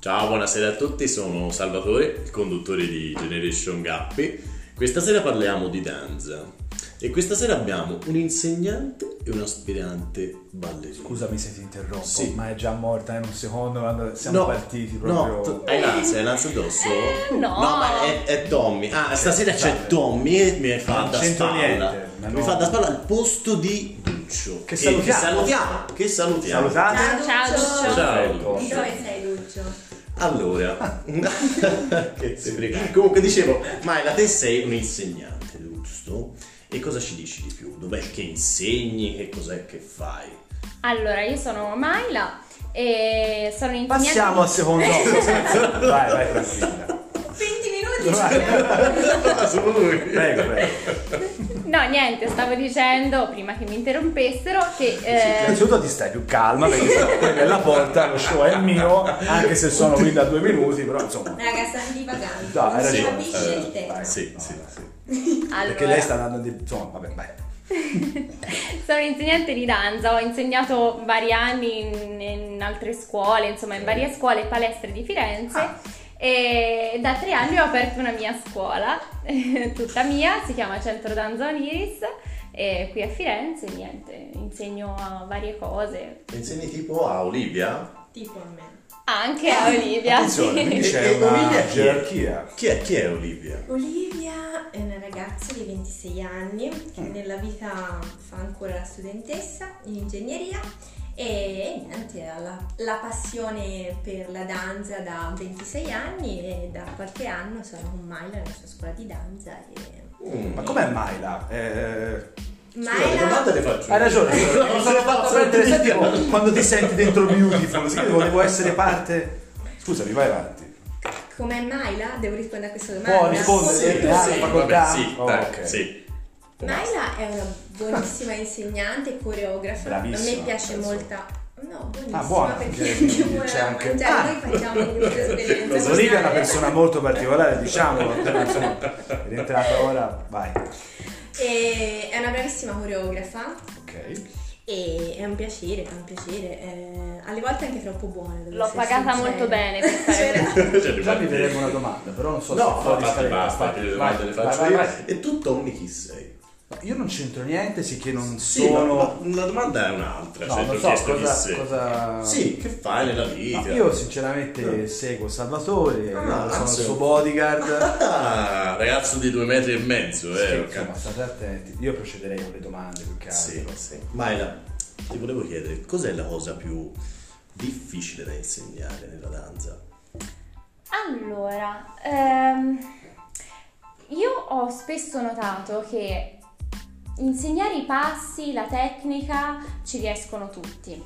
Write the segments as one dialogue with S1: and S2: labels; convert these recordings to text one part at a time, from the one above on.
S1: Ciao, buonasera a tutti, sono Salvatore, il conduttore di Generation Gappi. Questa sera parliamo di danza e questa sera abbiamo un insegnante e un aspirante ballerino.
S2: Scusami se ti interrompo,
S1: Sì.
S2: ma è già morta eh, in un secondo quando siamo
S1: No,
S2: partiti
S1: No,
S2: proprio. Eh,
S1: tu- hai l'ansia, hai l'ansia addosso?
S3: Eh, no.
S1: ma è, è Tommy. Ah, stasera c'è Tommy e mi fa
S2: esatto. Non
S1: da
S2: c'entro
S1: spalla.
S2: niente, ma
S1: mi
S2: no.
S1: fa da spalla al posto di Duccio.
S2: Che
S1: E
S2: salutiamo.
S1: Che salutiamo. Che salutiamo.
S2: Salutate.
S3: Ciao, ciao,
S4: Ciao.
S3: ciao.
S1: Ciao.
S2: Ecco.
S4: Dove sei Lucio?
S1: Allora, che sei pregato. Comunque dicevo, Maila, te sei un insegnante, giusto? E cosa ci dici di più? Dov'è che insegni? Che cos'è che fai?
S3: Allora, io sono Maila e sono in
S2: Passiamo al secondo. vai, vai tranquilla.
S4: 20 minuti ci
S2: Vai. Prego, prego.
S3: No, niente, stavo dicendo prima che mi interrompessero che eh,
S2: Innanzitutto ti stai più calma perché sono quella è la porta, lo show è mio, anche se sono qui da due minuti, però insomma.
S4: Raga, stanno divagando.
S2: No, hai
S4: non si
S2: ragione.
S4: capisce
S2: Eh,
S4: il
S2: vai.
S4: tempo.
S1: Ah, Sì, sì,
S2: no,
S1: sì.
S2: Perché
S3: allora,
S2: lei sta andando di. insomma, vabbè, vai.
S3: sono insegnante di danza, ho insegnato vari anni in, in altre scuole, insomma in varie scuole e palestre di Firenze.
S2: Ah.
S3: E da tre anni ho aperto una mia scuola, tutta mia, si chiama Centro Danza Oniris, e qui a Firenze, niente, insegno a varie cose,
S1: Insegni tipo a Olivia?
S4: Tipo a me.
S3: Anche a Olivia.
S2: Ah, Attenzione, quindi
S3: sì.
S2: c'è
S1: E- e Olivia
S2: una
S1: chi è?
S2: gerarchia.
S1: Chi è, chi è Olivia?
S4: Olivia è una ragazza di 26 anni che
S2: Mm.
S4: nella vita fa ancora la studentessa in ingegneria e niente, ha la, la passione per la danza da 26 anni e da qualche anno sono con Maila nella sua scuola di danza e...
S1: Mm.
S2: Ma com'è Maila? Eh,
S1: Scusa, le domande le faccio.
S2: Hai
S1: io.
S2: ragione, mi sono fatto
S1: Sono
S2: prendere sai, tipo,
S1: cristiano.
S2: quando ti senti dentro Beautiful, sì, io volevo essere parte. Scusami, vai avanti.
S4: Com'è Maila? Devo rispondere a questa domanda.
S2: Può rispondere?
S1: Sì,
S2: Eh, ah,
S1: sì,
S2: facoltà.
S1: vabbè, sì,
S2: Oh,
S1: tac,
S2: ok.
S1: sì.
S4: Naila è una buonissima insegnante, coreografa. a
S2: Bravissima,
S4: me piace
S2: penso.
S4: molto. No, buonissima
S2: Ah, buona,
S4: perché
S2: direi,
S4: è anche
S2: quindi
S4: buona
S2: c'è
S4: da
S2: anche-
S4: mangiare.
S2: Ah.
S4: Noi facciamo un gruppo di
S2: Olivia è
S4: esperienza.
S2: una
S4: personale.
S2: persona molto particolare, diciamo, insomma, è entrata ora, vai.
S4: E è una bravissima coreografa
S2: Ok.
S4: e è un piacere, è un piacere. eh, alle volte anche troppo buona. devo
S3: L'ho
S4: essere
S3: pagata
S4: sincera.
S3: molto bene per fare
S4: Cioè,
S3: questo.
S1: Cioè,
S2: Già mi
S1: riparti.
S2: vedremo una domanda, però non so se
S1: No,
S2: è fuori
S1: infatti
S2: scaletta.
S1: basta, che le
S2: Vai,
S1: domande le
S2: vai,
S1: faccio
S2: vai,
S1: io.
S2: vai.
S1: E tu Tommy chi sei?
S2: No, Io non c'entro niente, sì che non
S1: Sì,
S2: sono...
S1: ma- ma la domanda è un'altra.
S2: no,
S1: cioè, ti
S2: non
S1: ho
S2: so
S1: chiesto chi
S2: cosa...
S1: sei.
S2: cosa...
S1: Sì, che fai nella vita?
S2: No, io sinceramente seguo Salvatore,
S1: Ah,
S2: sono il
S1: sì.
S2: suo bodyguard.
S1: Ah, ragazzo di due metri e mezzo,
S2: Sì,
S1: eh. ho
S2: insomma,
S1: capito.
S2: state attenti. Io procederei con le domande più che altro.
S1: Sì, sì. Maila, ti volevo chiedere, cos'è la cosa più difficile da insegnare nella danza?
S3: Allora, ehm, io ho spesso notato che insegnare i passi, la tecnica, ci riescono tutti.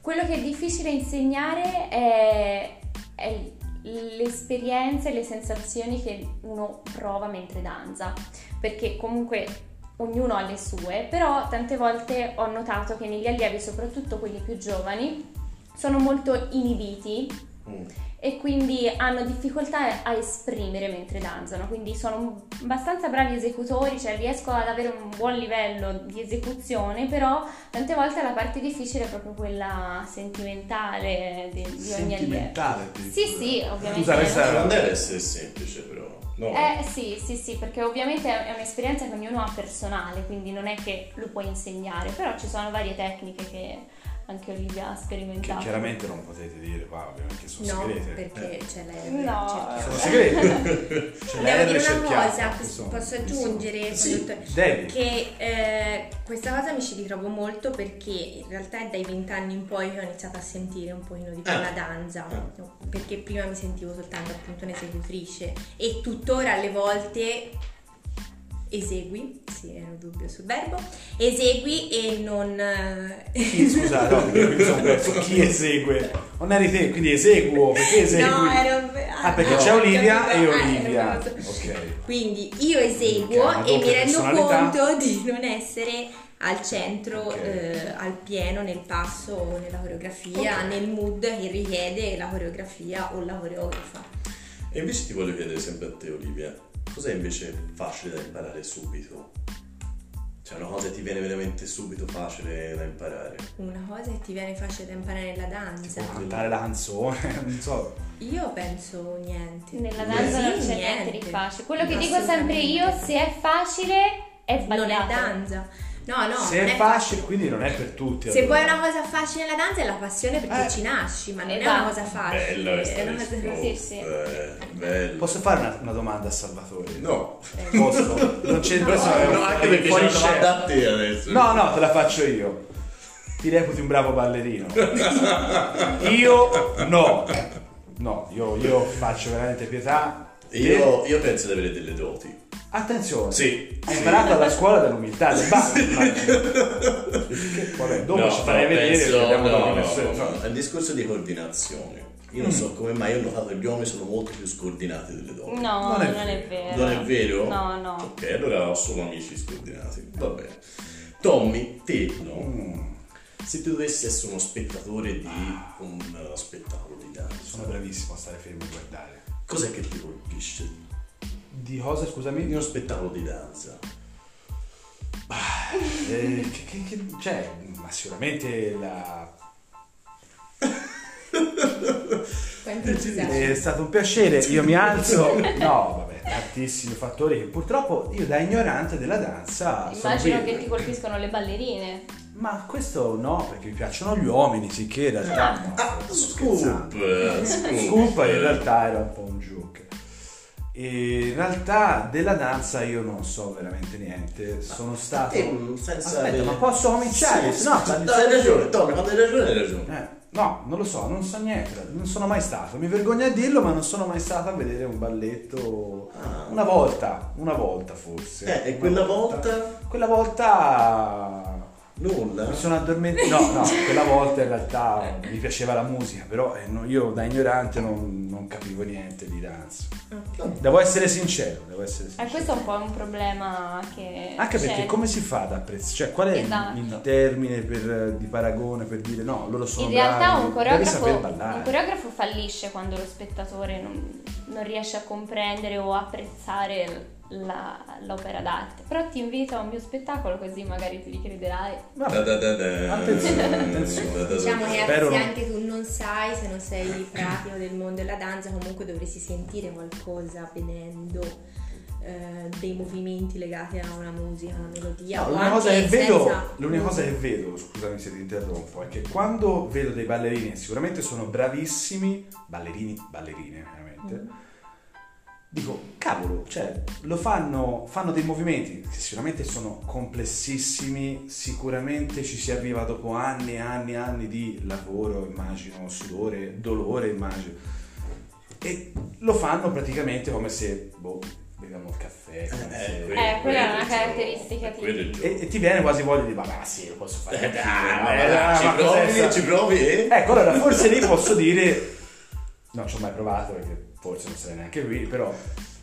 S3: Quello che è difficile insegnare è, è l'esperienza e le sensazioni che uno prova mentre danza, perché comunque ognuno ha le sue, però tante volte ho notato che negli allievi, soprattutto quelli più giovani, sono molto inibiti
S1: Mm.
S3: e quindi hanno difficoltà a esprimere mentre danzano, quindi sono abbastanza bravi esecutori, cioè riesco ad avere un buon livello di esecuzione, però tante volte la parte difficile è proprio quella sentimentale eh, di, di ogni allievo.
S2: Sentimentale.
S3: Sì, sì, ovviamente.
S2: Scusa, questa-
S1: Non deve essere semplice, però. No.
S3: Eh sì, sì, sì, perché ovviamente è è un'esperienza che ognuno ha personale, quindi non è che lo puoi insegnare, però ci sono varie tecniche che anche Olivia ha
S2: Che
S3: sperimentato.
S2: chiaramente non potete dire qua, ovviamente sono
S4: Esatto. No,
S2: segrete.
S4: perché c'è lei. cioè,
S3: No.
S4: Eh, certo.
S2: Sono segrete. Cioè, C'è la
S4: Devo
S2: R
S4: dire una
S2: cerchiata,
S4: cosa che
S2: insomma,
S4: posso
S2: insomma.
S4: aggiungere,
S1: Sì.
S4: conduttore?
S2: Devi.
S4: che eh, questa cosa mi ci ritrovo molto perché in realtà è dai vent'anni in poi che ho iniziato a sentire un pochino di più
S1: Ah.
S4: la danza,
S1: Ah.
S4: perché prima mi sentivo soltanto appunto un'esecutrice e tuttora alle volte esegui, sì era un dubbio sul verbo, esegui e non... eh,
S2: Chi, Scusa, no, mi sono perso. Chi esegue? Non eri te, quindi eseguo. Perché esegui?
S4: No, era un...
S2: Ah, perché
S4: no,
S2: c'è Olivia
S4: capito.
S2: e
S4: Ah, era una
S2: Olivia.
S4: cosa-
S2: Ok.
S4: Quindi io
S2: Ok, una
S4: eseguo e mi
S2: doppia
S4: rendo
S2: personalità.
S4: conto di non essere al centro,
S2: Ok.
S4: eh, al pieno, nel passo, o nella coreografia,
S2: Ok.
S4: nel mood che richiede la coreografia o la coreografa.
S1: E invece ti voglio chiedere sempre a te, Olivia, cos'è invece facile da imparare subito? Cioè, una cosa che ti viene veramente subito facile da imparare.
S4: Una cosa che ti viene facile da imparare è la danza.
S2: Cantare la canzone, non so.
S4: Io penso niente.
S3: Nella danza
S4: Sì,
S3: non c'è niente di facile. Quello che dico sempre
S4: Assolutamente.
S3: io, se è facile, è
S4: Non
S3: sbagliato.
S4: è danza. No, no.
S2: Se
S4: non
S2: è facile, quindi non è per tutti.
S4: Se
S2: allora.
S4: vuoi una cosa facile nella danza è la passione perché
S2: Eh.
S4: ci nasci, ma non è
S3: Esatto.
S4: una cosa facile.
S1: Bella
S4: è
S1: questa
S4: una cosa
S1: eh, risposta.
S3: sì, sì.
S1: eh, bella.
S2: Posso fare una, una domanda a Salvatore?
S1: No.
S2: Posso? Non c'è
S4: No,
S2: questo è un-
S1: No, anche
S2: è
S1: perché c'è
S2: fuori
S1: una
S2: scena.
S1: domanda a te adesso.
S2: No, no, te la faccio io. Ti reputi un bravo ballerino. Io no. No, io, io faccio veramente pietà.
S1: Io, io penso di avere delle doti.
S2: Attenzione.
S1: Sì.
S2: Hai imparato alla scuola dell'umiltà, del bar. Che- Vabbè, dopo
S1: No,
S2: ci farei
S1: no,
S2: vedere
S1: penso-
S2: perché abbiamo
S1: no,
S2: una
S1: no,
S2: connessione,
S1: no.
S2: no. Mm.
S1: È un discorso di coordinazione. Io non so come mai, io ho notato che gli uomini sono molto più scordinati delle donne.
S3: No,
S2: Non
S3: non
S2: è
S3: è, vero.
S1: Non è vero?
S3: No, no.
S1: Ok, allora ho solo amici scordinati. Va bene. Tommy, te no?
S2: Mm,
S1: Se tu dovessi essere uno spettatore di un eh, spettacolo di danza,
S2: sono bravissimo a stare fermo e guardare.
S1: cos'è che ti colpisce
S2: Di cosa, scusami?
S1: di uno spettacolo di danza?
S2: Eh, che, che- che- cioè, ma sicuramente la-
S4: Puoi improvvisare.
S3: Eh,
S2: è stato un piacere. Io mi alzo. No, vabbè, tantissimi fattori che purtroppo io da ignorante della danza Ah, sono
S3: Immagino
S2: qui.
S3: che ti colpiscono le ballerine.
S2: Ma questo no, perché mi piacciono gli uomini, sicché in realtà.
S1: Ah,
S2: no, Ah, sto scherzando.
S1: Scoop! eh, Scoop!
S2: Scoop in realtà era un po' un joke. E in realtà della danza io non so veramente niente. Sono stato.
S1: Eh, senza-
S2: Aspetta, ma posso cominciare?
S1: Sì,
S2: Se no,
S1: sì, no, hai ragione, Tommy, quando hai ragione hai ragione.
S2: Eh, no, non lo so, non so niente, non sono mai stato. Mi vergogno a dirlo, ma non sono mai stato a vedere un balletto.
S1: Ah.
S2: Una volta, una volta forse.
S1: Eh, e
S2: Una
S1: quella volta
S2: Quella volta
S1: nulla.
S2: mi sono addormentato. No, no, quella volta in realtà mi piaceva la musica, però eh, no, io da ignorante non, non capivo niente di danza. Devo essere sincero, devo essere
S3: E
S2: sincero.
S3: Eh, questo è un po' un problema che.
S2: Anche
S3: c'è.
S2: perché come si fa ad apprezzare? Cioè, qual è il-
S3: Esatto.
S2: il termine per- eh, di paragone per dire no, loro sono
S3: In realtà
S2: Oh, bravi,
S3: un
S2: devi
S3: coreografo,
S2: saper ballare.
S3: un coreografo fallisce quando lo spettatore non, non riesce a comprendere o apprezzare la- l'opera d'arte. Però ti invito a un mio spettacolo così magari ti ricrederai.
S1: Da, da, da, da.
S2: Attenzione, attenzione.
S1: Da, Eh, da, da.
S4: Diciamo che
S2: Spero
S4: se
S2: non-
S4: anche tu non sai, se non sei pratico del mondo della danza, comunque dovresti sentire qualcosa vedendo eh, dei movimenti legati a una musica, a una melodia.
S2: No,
S4: o
S2: l'unica
S4: anche
S2: cosa che vedo,
S4: senza-
S2: l'unica cosa che vedo, scusami se ti interrompo, è che quando vedo dei ballerini, che sicuramente sono bravissimi, ballerini, ballerine veramente, dico, cavolo, cioè, lo fanno, fanno dei movimenti che sicuramente sono complessissimi, sicuramente ci si arriva dopo anni e anni e anni di lavoro, immagino, sudore, dolore, immagino, e lo fanno praticamente come se, boh, beviamo il caffè, come se-
S1: Eh, quello-
S3: Eh, quella è una
S1: quello,
S3: caratteristica
S1: è quello il gioco.
S2: e, e ti viene quasi voglia di, ma, ma sì, lo posso fare.
S1: Eh,
S2: anch'io,
S1: dai,
S2: ma-
S1: ma
S2: ma-
S1: ci
S2: ma cos'è sta-
S1: provi, ci provi eh? e...
S2: Ecco, allora forse lì posso dire, non ci ho mai provato perché forse non sarei neanche lui, però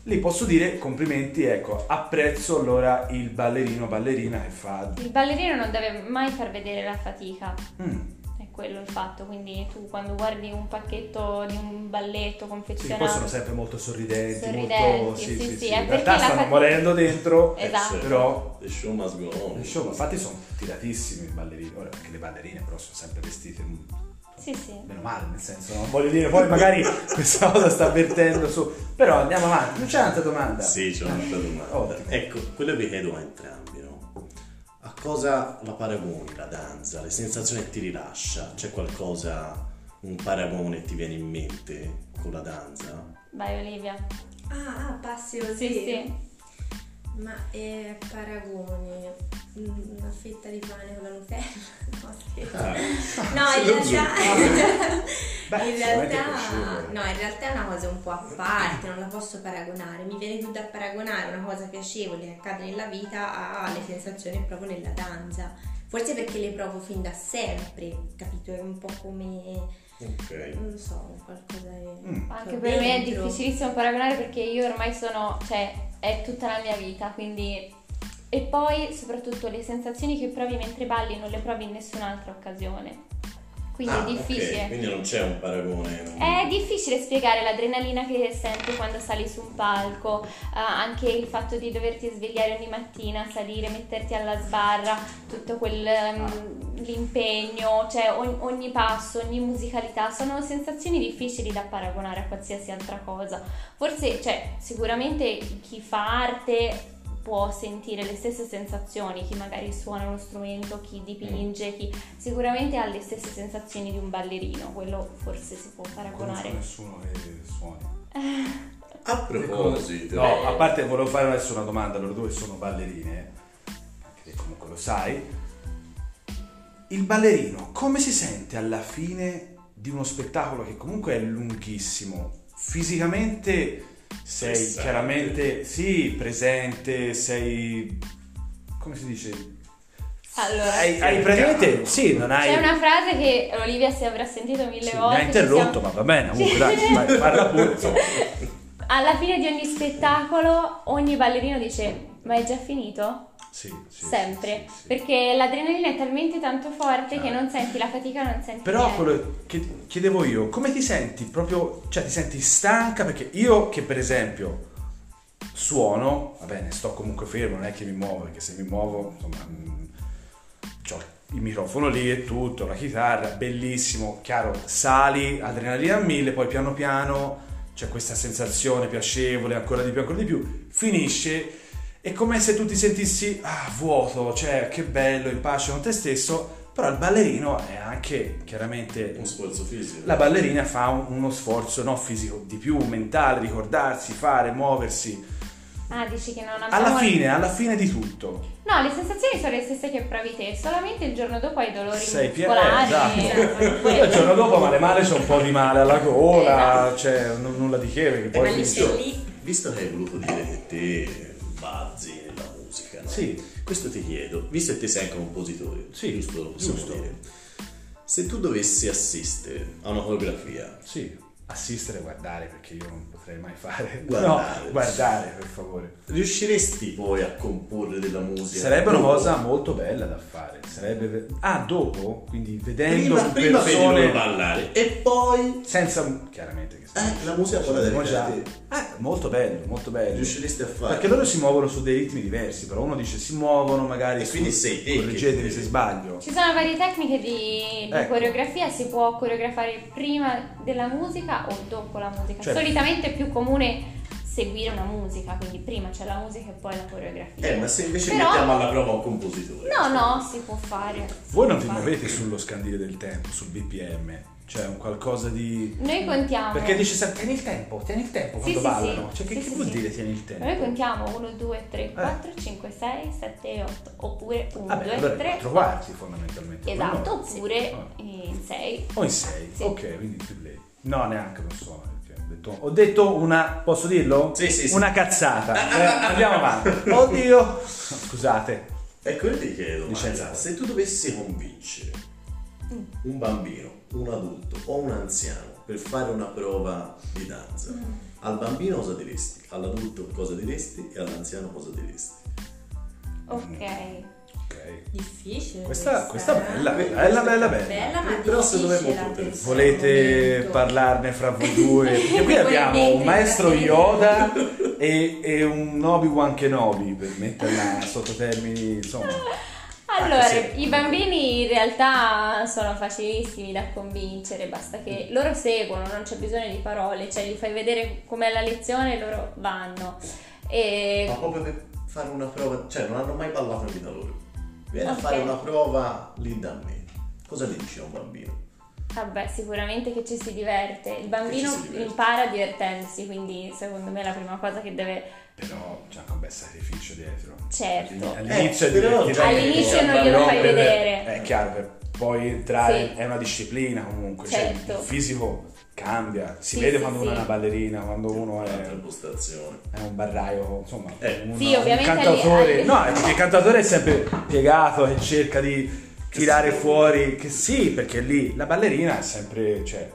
S2: lì posso dire complimenti, ecco, apprezzo allora il ballerino ballerina che fa...
S3: Il ballerino non deve mai far vedere la fatica.
S2: Mm,
S3: È quello il fatto, quindi tu quando guardi un pacchetto di un balletto
S2: Sì, poi sono
S3: confezionato
S2: sempre molto sorridenti,
S3: Sorridenti,
S2: molto...
S3: sì, sì, è
S2: In
S3: perché
S2: realtà
S3: la
S2: stanno
S3: fatica-
S2: morendo dentro.
S3: Eh, Esatto.
S2: Però-
S1: The show must go on.
S2: Insomma, infatti sono tiratissimi i ballerini, ora anche le ballerine però sono sempre vestite
S3: Sì, sì.
S2: Meno male, nel senso, non voglio dire, poi magari questa cosa sta avvertendo su. Però andiamo avanti, non c'è un'altra domanda.
S1: Sì, c'è un'altra domanda.
S2: Ottimo.
S1: Ecco, quello che chiedo a entrambi, no? A cosa la paragoni la danza? Le sensazioni che ti rilascia? C'è qualcosa, un paragone che ti viene in mente con la danza?
S3: Vai Olivia.
S4: Ah, ah, passi così.
S3: Sì, sì.
S4: Ma è paragone, mm, una fetta di pane con la Nutella? No, scherzo. No,
S1: Se
S4: in
S1: lo
S4: realtà,
S2: Ah, Beh, sicuramente
S4: in realtà-
S2: piacevole.
S4: no, in realtà è una cosa un po' a parte, non la posso paragonare. Mi viene più da paragonare una cosa piacevole che accade nella vita alle sensazioni proprio nella danza. Forse perché le provo fin da sempre, capito? È un po' come,
S1: Ok.
S4: non so, qualcosa che-
S2: Mm.
S3: Anche
S4: che ho
S3: per me è
S4: Cioè, dentro.
S3: difficilissimo paragonare perché io ormai sono, cioè, è tutta la mia vita, quindi... E poi soprattutto le sensazioni che provi mentre balli non le provi in nessun'altra occasione. quindi
S1: Ah, ok,
S3: è difficile. Eh,
S1: Quindi non c'è un paragone. non-
S3: È difficile spiegare l'adrenalina che sento quando sali su un palco, eh, anche il fatto di doverti svegliare ogni mattina, salire, metterti alla sbarra, tutto quel, ehm, l'impegno, cioè ogni, ogni passo, ogni musicalità, sono sensazioni difficili da paragonare a qualsiasi altra cosa. Forse, cioè, sicuramente chi fa arte può sentire le stesse sensazioni, chi magari suona uno strumento, chi
S2: Mm.
S3: dipinge, chi sicuramente ha le stesse sensazioni di un ballerino, quello forse si può
S2: conosco
S3: paragonare.
S2: nessuno che suoni.
S1: A proposito,
S2: No, a parte volevo fare adesso una domanda, loro due sono ballerine, anche te comunque lo sai. Il ballerino come si sente alla fine di uno spettacolo che comunque è lunghissimo? Fisicamente sei
S1: Pressante.
S2: chiaramente sì, presente, sei come si dice?
S3: Allora,
S2: Hai, hai presente? Sì, non hai
S3: c'è una frase che Olivia si avrà sentito mille
S2: sì, mi
S3: volte.
S2: ha interrotto,
S3: che
S2: ma va bene, comunque dai, vai, parla pure. insomma.
S3: siamo- Alla fine di ogni spettacolo ogni ballerino dice "Ma è già finito?"
S2: Sì, sì,
S3: Sempre,
S2: sì, sì.
S3: perché l'adrenalina è talmente tanto forte che
S2: Chiaro.
S3: non senti la fatica, non senti
S2: Però
S3: niente.
S2: quello che chiedevo io, come ti senti proprio, cioè ti senti stanca? Perché io che per esempio suono, va bene, sto comunque fermo, non è che mi muovo, perché se mi muovo, insomma, mm, ho il microfono lì e tutto, la chitarra, bellissimo, chiaro, sali, adrenalina a mille, poi piano piano c'è questa sensazione piacevole, ancora di più, ancora di più, finisce. È come se tu ti sentissi ah, vuoto, cioè che bello, in pace con te stesso, però il ballerino è anche chiaramente
S1: Eh, un sforzo fisico.
S2: la ballerina fa un- uno sforzo no fisico di più, mentale, ricordarsi, fare, muoversi.
S3: Ah, dici che non abbiamo
S2: Alla fine, alla fine di tutto.
S3: No, le sensazioni sono le stesse che provi te, solamente il giorno dopo hai dolori
S2: Sei piena,
S3: muscolari. cioè,
S2: esatto. Poi
S3: quello. Esatto.
S2: il giorno dopo male male c'è un po' di male alla gola, cioè n- nulla di che perché
S4: Ma
S2: poi
S4: lì
S2: finisce.
S4: sei
S1: finisce.
S4: lì.
S1: Visto che hai voluto dire che te eh, bazzi nella musica, no?
S2: Sì.
S1: Questo ti chiedo, visto che te sei anche compositore,
S2: Sì,
S1: giusto lo possiamo
S2: giusto.
S1: dire. Se tu dovessi assistere a una coreografia,
S2: Sì, assistere e guardare perché io non potrei mai fare.
S1: Guardare.
S2: No, guardare per favore.
S1: riusciresti poi a comporre della musica?
S2: Sarebbe una
S1: Tu-
S2: cosa molto bella da fare. Sarebbe Ah, dopo, quindi vedendo
S1: prima, prima vedi loro
S2: persone
S1: ballare e poi
S2: senza chiaramente che
S1: eh, la musica poi la devi
S2: Mo già.
S1: fare te.
S2: Eh, molto bello, molto bello.
S1: riusciresti a fare
S2: Perché loro si muovono su dei ritmi diversi, però uno dice si muovono magari
S1: E
S2: su-
S1: quindi sei te che-
S2: correggetemi se sbaglio.
S3: Ci sono varie tecniche di, di
S2: Ecco.
S3: coreografia, si può coreografare prima della musica o dopo la musica.
S2: Cioè-
S3: Solitamente è più comune seguire una musica, quindi prima c'è la musica e poi la coreografia.
S1: eh ma se invece
S3: Però-
S1: mettiamo alla prova un compositore
S3: No, no, si può fare. si
S2: Voi
S3: può
S2: non vi
S3: fare.
S2: muovete sullo scandire del tempo, sul BPM, cioè un qualcosa di
S3: Noi contiamo.
S2: perché dice sempre tieni il tempo, tieni il tempo
S3: Sì,
S2: quando
S3: sì,
S2: ballano.
S3: sì.
S2: Cioè che,
S3: Sì,
S2: che
S3: sì,
S2: vuol
S3: sì.
S2: dire tieni il tempo?
S3: Noi contiamo 1, 2, 3, 4, 5, 6, 7, 8, oppure 1,
S2: Eh. Vabbè,
S3: 2,
S2: allora
S3: 3.
S2: quattro quarti fondamentalmente.
S3: Esatto,
S2: o
S3: oppure
S2: Ah.
S3: in 6.
S2: O in sei.
S3: Sì.
S2: Ok, quindi più lei. No, neanche non so. perché Ho detto, ho detto una, posso dirlo?
S1: Sì, sì, Ah, sì.
S2: Una cazzata. Eh, andiamo avanti. Oddio. Scusate.
S1: ecco io ti chiedo
S2: Licenza.
S1: Marta, se tu dovessi convincere un bambino un adulto o un anziano per fare una prova di danza
S3: Mm.
S1: al bambino cosa diresti all'adulto cosa diresti e all'anziano cosa diresti
S3: Ok.
S2: Ok.
S4: Difficile.
S2: Questa, questa
S4: eh?
S2: bella, bella, bella, bella.
S4: Bella, ma
S1: Però se
S4: difficile
S1: dovevo
S4: a
S1: poter-
S4: questo
S2: Volete
S4: momento.
S2: parlarne fra voi due? Perché qui
S4: Voi
S2: abbiamo un
S4: dentro,
S2: maestro
S4: dentro.
S2: Yoda e, e un Obi-Wan Kenobi, per metterla sotto termini, insomma.
S3: Allora,
S2: Anche se-
S3: i bambini in realtà sono facilissimi da convincere, basta che
S1: Mm.
S3: loro seguono, non c'è bisogno di parole, cioè gli fai vedere com'è la lezione e loro vanno. E
S1: ma proprio per fare una prova cioè non hanno mai ballato in vita loro vieni
S3: Ok.
S1: a fare una prova lì da me cosa gli dici a un bambino
S3: vabbè, sicuramente che ci si diverte. Il bambino
S1: Ah. Che ci si diverte.
S3: impara divertendosi, quindi secondo me la prima cosa che deve...
S2: Però c'è anche un bel sacrificio dietro.
S3: Certo.
S2: All'inizio,
S1: Eh, però-
S2: direi che-
S3: All'inizio non glielo
S2: No,
S3: fai
S2: per-
S3: vedere.
S2: È chiaro, per poi entrare
S3: Sì.
S2: è una disciplina comunque.
S3: Certo.
S2: Cioè, il fisico cambia. Si
S3: Sì,
S2: vede
S3: sì,
S2: quando
S3: sì.
S2: uno è una ballerina, quando uno
S1: un'altra
S2: è,
S1: postazione
S2: è un barraio, insomma,
S1: Eh.
S2: uno-
S3: Sì,
S2: un
S3: ovviamente
S2: cantautore.
S3: alle- alle-
S2: No, è perché il cantautore è sempre piegato e cerca di tirare
S1: sì.
S2: fuori. Che sì, perché lì la ballerina è sempre. Cioè, è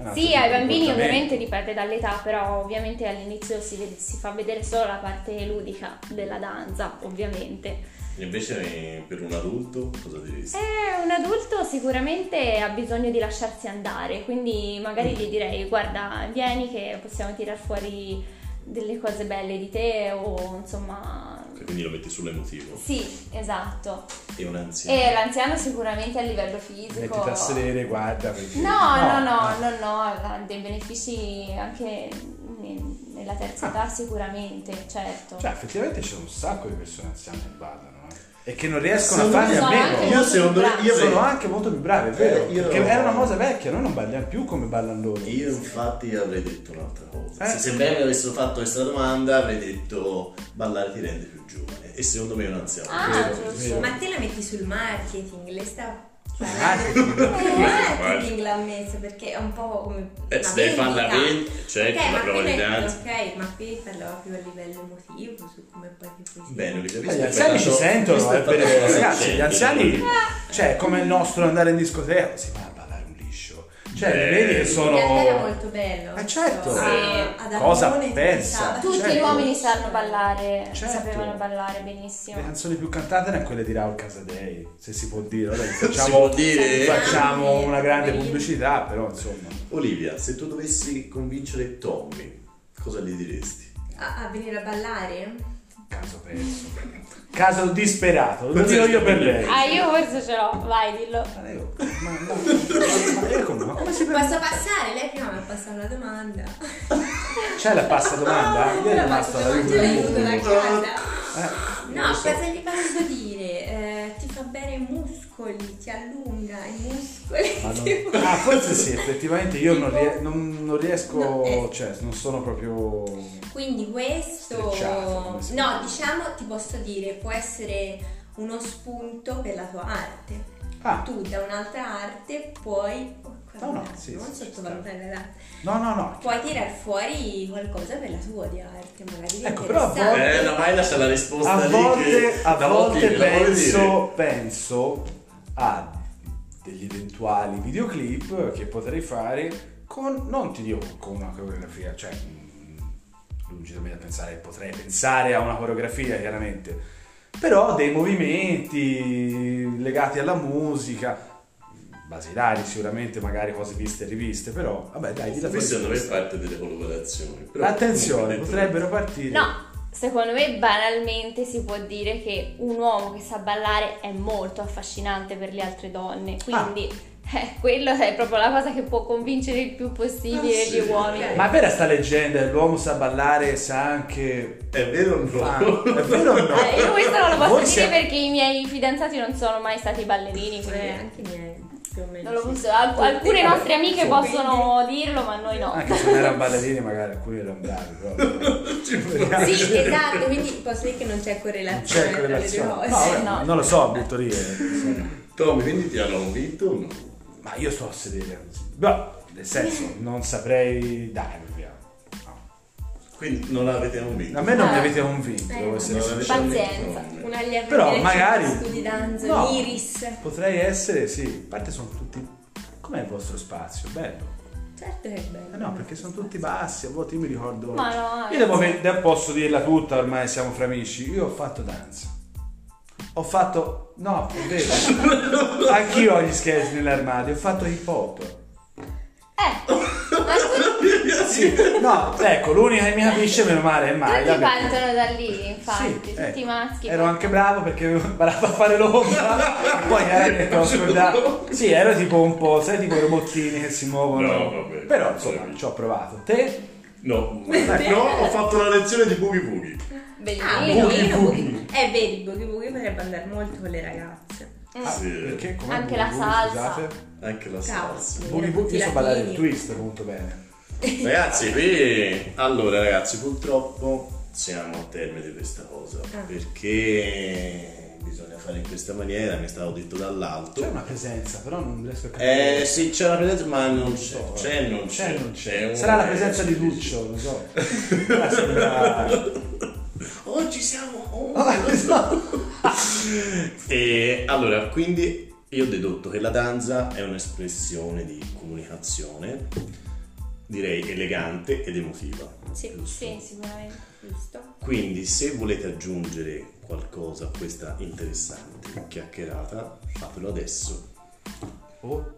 S2: un
S1: ah,
S2: altro
S3: Sì,
S2: tipo
S3: ai
S2: di
S3: bambini
S2: comportamento.
S3: ovviamente dipende dall'età, però ovviamente all'inizio si, vede- si fa vedere solo la parte ludica della danza, ovviamente.
S1: E invece eh, per un adulto cosa diresti?
S3: Eh, un adulto sicuramente ha bisogno di lasciarsi andare, quindi magari gli direi guarda, vieni che possiamo tirar fuori delle cose belle di te o insomma...
S1: Cioè, Quindi lo metti sull'emotivo.
S3: Sì, esatto.
S1: E un anziano.
S3: E l'anziano sicuramente a livello fisico...
S2: Mettiti a sedere, guarda. perché-
S3: No, no, no, no, no, ha dei benefici anche ne- nella terza età sicuramente, certo.
S2: Cioè, effettivamente c'è un sacco di persone anziane che ballano eh, e che non riescono
S1: Sono-
S2: a farne a
S3: sono
S2: meno.
S3: anche
S1: Io
S3: molto
S1: secondo
S3: bravi.
S1: io
S2: sono
S1: avrei-
S2: anche molto più bravi, è vero?
S1: Eh, io-
S2: Perché era una cosa vecchia, noi non balliamo più come ballano loro.
S1: Io infatti avrei detto un'altra cosa.
S2: Eh.
S1: Se, se me mi avessero fatto questa domanda avrei detto ballare ti rende più giovane. E secondo me è un anziano.
S3: Ah,
S2: Vero,
S3: giusto.
S2: vero.
S4: Ma te la metti sul marketing, le sta cioè,
S2: Marketing.
S4: Eh, il marketing l'ha messo perché è un po' come
S1: Eh,
S4: una
S1: se devi fare la
S4: vendita.
S1: vendita, cioè
S4: Ok,
S1: la
S4: ma
S1: prova
S4: qui
S1: di
S4: non-
S1: danza.
S4: ok, ma qui parlava più a livello emotivo su come poi che poi si-
S1: Bene, li capisco.
S2: Eh, Gli anziani ci sentono, eh, perché, ragazzi, gli anziani, cioè, come il nostro andare in discoteca, si va a ballare un liscio. Cioè,
S1: Beh.
S2: li vedi che
S4: In realtà era
S2: sono...
S4: molto bello.
S2: Eh, certo.
S4: Sì.
S3: Sì.
S4: Ad diciamo.
S2: Cosa
S4: Ancona si
S2: pensa?
S4: pensava-
S3: Tutti gli
S2: Certo.
S3: uomini sanno ballare,
S2: Certo.
S3: sapevano ballare
S2: Le
S3: benissimo.
S2: canzoni più cantate erano quelle di Raul Casadei, se si può dire. Vabbè,
S1: Si
S2: facciamo,
S1: può dire?
S2: facciamo una grande
S4: Bellissimo.
S2: pubblicità, però insomma.
S1: Olivia, se tu dovessi convincere Tommy, cosa gli diresti?
S4: A, a venire a ballare?
S2: Caso perso. Caso disperato, lo dico io per lei.
S3: Ah, io forse ce l'ho, vai, dillo.
S2: Ma lei- oh, ma- ma- ma lei come- ma come si prende?
S4: Posso passare? Lei prima mi ha passato una domanda.
S2: C'è la pasta domanda? Io è
S4: Ah, La
S2: rimasta
S4: pasta
S2: la
S4: domanda,
S2: Juve.
S4: l'aiuto da casa.
S2: Eh,
S4: No,
S2: non lo so.
S4: cosa gli posso dire? Eh, ti fa bene i muscoli, ti allunga i muscoli.
S2: Ma
S4: ti-
S2: non- Ah, forse sì, effettivamente io non, rie- non- non riesco,
S4: No, eh.
S2: cioè non sono proprio...
S4: Quindi questo...
S2: Strecciato, come si
S4: No,
S2: dice.
S4: diciamo, ti posso dire, può essere uno spunto per la tua arte.
S2: Ah,
S4: Tu da un'altra arte puoi...
S2: No, no, sì,
S4: non
S2: sì, ci
S4: sottovalutare l'arte.
S2: no, no, no.
S4: Puoi tirar fuori qualcosa per la tua di arte, magari di
S2: Ecco, però a
S4: interessante.
S1: Eh, no, mai lascia la risposta
S2: A
S1: lì
S2: volte,
S1: che...
S2: a
S1: la
S2: volte
S1: volte la vuole dire.
S2: penso, penso a degli eventuali videoclip che potrei fare con, non ti dico con una coreografia, cioè mh, lungi da me da pensare, potrei pensare a una coreografia chiaramente, però dei movimenti legati alla musica, basilari sicuramente, magari cose viste e riviste, però vabbè dai, di la
S1: Questa secondo me è
S2: tua
S1: parte delle collaborazioni. però
S2: Attenzione,
S1: comunque detto-
S2: potrebbero partire...
S3: No, secondo me banalmente si può dire che un uomo che sa ballare è molto affascinante per le altre donne, quindi eh, quello è proprio la cosa che può convincere il più possibile
S1: Ah, sì.
S3: gli uomini.
S2: Ma è vera sta leggenda, l'uomo sa ballare, sa anche
S1: È vero o no?
S2: Ah, è vero o no?
S3: Eh, io questo non lo posso
S2: Voi
S3: dire
S2: siete-
S3: perché i miei fidanzati non sono mai stati ballerini, quindi
S4: Eh, anche i miei, più o meno.
S3: non lo
S4: sì.
S3: posso. al- alcune nostre amiche
S4: Sì.
S3: possono dirlo, ma noi no.
S2: Anche se non erano ballerini, magari alcuni erano bravi proprio.
S4: Sì, esatto, quindi posso dire che non
S2: Non
S4: c'è
S3: eh,
S4: correlazione
S2: c'è correlazione. No,
S4: tra le due cose.
S2: vabbè,
S3: No.
S2: Non lo so, butto lì. eh, insomma.
S1: Tommy, quindi ti hanno convinto o no?
S2: Ma io sto a sedere. No, nel senso, non saprei. Dai, via. No.
S1: Quindi non l'avete convinto.
S2: A me non mi
S3: Eh.
S2: avete convinto,
S4: Eh,
S2: devo essere
S1: Non
S2: sincero.
S1: l'avete
S3: Pazienza.
S1: convinto.
S4: Un allievo
S2: Però
S4: diretto
S2: magari-
S4: di studi danza,
S2: No.
S4: Iris.
S2: Potrei essere, sì. A parte sono tutti. Com'è il vostro spazio? Bello.
S4: Certo che è bello.
S2: Eh No, perché sono tutti bassi, a volte io mi ricordo.
S3: Ma no, eh.
S2: io devo ve- de- posso dirla tutta, ormai siamo fra amici. Io ho fatto danza. Ho fatto. No, è vero. Anch'io ho gli scherzi nell'armadio, ho fatto hip hop.
S3: Eh, ma tutti,
S2: Sì. No, ecco, l'unica che mi capisce, meno male, è Maglia.
S3: tutti
S2: perché-
S3: partono da lì, infatti,
S2: Ah, Sì,
S3: tutti
S2: ecco.
S3: i maschi.
S2: Ero anche bravo perché avevo imparato a fare l'ombra. Poi chiaramente ho scordato. Sì, ero tipo un po', sai, tipo i robottini che si muovono.
S1: No, vabbè.
S2: Però insomma, ci ho provato. Te?
S1: No, no, ho fatto la lezione di Boogie Boogie.
S4: Ah,
S3: Bellino.
S4: bughi, bughi. Eh, vedi, bughi bughi potrebbe andare molto con le ragazze.
S1: Sì.
S2: Ah, Perché com'è Boogie
S3: Anche la
S2: Boogie,
S3: salsa.
S2: scusate?
S1: Anche la
S4: Cavolo.
S1: salsa.
S2: Boogie Boogie, io so ballare il twist molto bene.
S1: Ragazzi, qui... Allora, ragazzi, purtroppo siamo al termine di questa cosa.
S4: Ah.
S1: Perché bisogna fare in questa maniera, mi è stato detto dall'alto.
S2: C'è una presenza, però non riesco a capire.
S1: Eh sì, c'è la presenza, ma non c'è.
S2: So,
S1: C'è, non c'è,
S2: Cioè, non
S1: un-
S2: Sarà la presenza di Duccio, lo so. Ma sembra- Ah,
S1: Oggi siamo on.
S2: No.
S1: E allora, quindi io ho dedotto che la danza è un'espressione di comunicazione direi elegante ed emotiva.
S4: Sì,
S1: giusto?
S4: sì, sicuramente, giusto.
S1: Quindi se volete aggiungere qualcosa a questa interessante chiacchierata, fatelo adesso.
S2: Oh.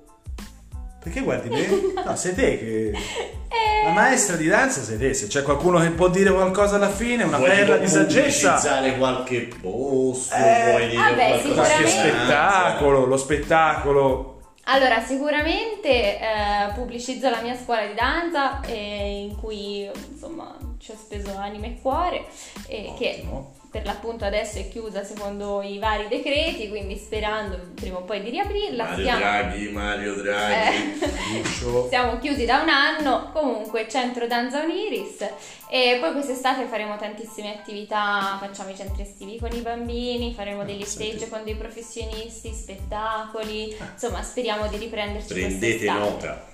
S2: Perché guardi me? No, sei te che... La
S3: Eh,
S2: maestra di danza sei te, se c'è qualcuno che può dire qualcosa alla fine, una
S1: Vuoi
S2: perla di
S1: tipo
S2: saggezza,
S1: pubblicizzare qualche posto,
S2: Eh,
S1: vuoi dire
S3: vabbè,
S1: qualcosa
S2: qualche
S3: sicuramente.
S2: spettacolo, lo spettacolo.
S3: Allora, sicuramente eh, pubblicizzo la mia scuola di danza eh, in cui insomma ci ho speso anima e cuore, eh, che
S2: Ottimo.
S3: per l'appunto adesso è chiusa secondo i vari decreti, quindi sperando prima o poi di riaprirla.
S1: Mario
S3: Stiamo-
S1: Draghi, Mario Draghi.
S3: eh,
S2: Lucio.
S3: siamo chiusi da un anno, comunque centro danza Oniris e poi quest'estate faremo tantissime attività, facciamo i centri estivi con i bambini, faremo degli
S1: Ah, Senti. Ah.
S3: stage con dei professionisti, spettacoli, insomma speriamo di riprenderci
S1: Prendete
S3: quest'estate.
S1: nota.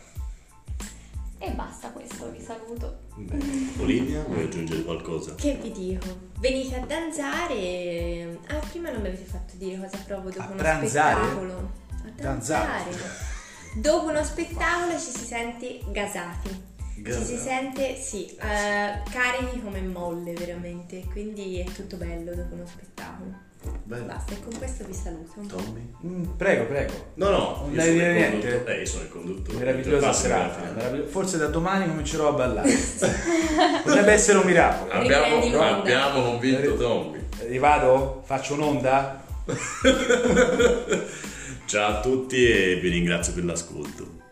S3: E basta questo, vi saluto.
S1: Bene. Olivia, vuoi aggiungere qualcosa?
S4: Che vi dico? Venite a danzare. e- Ah, prima non mi avete fatto dire cosa provo dopo
S2: A
S4: uno
S2: pranzare?
S4: spettacolo. A
S2: Danzare.
S4: danzare. Dopo uno spettacolo ci si sente gasati. Ci si sente, sì, eh, carichi come molle veramente, quindi è tutto bello dopo uno spettacolo.
S1: Bella.
S4: Basta, e con questo vi saluto.
S1: Tommy?
S2: Mm, Prego, prego.
S1: No, no,
S2: Non
S1: io
S2: devi
S1: sono
S2: dire
S1: il
S2: niente.
S1: conduttore. Eh, io sono il conduttore.
S2: Meravigliosa
S1: Passami alla
S2: serata.
S1: fine.
S2: meravigli- Forse da domani comincerò a ballare. Potrebbe essere un miracolo.
S4: Riprendi
S1: Abbiamo,
S4: l'onda.
S1: abbiamo convinto Tommy.
S2: Rivado? Faccio un'onda?
S1: Ciao a tutti e vi ringrazio per l'ascolto.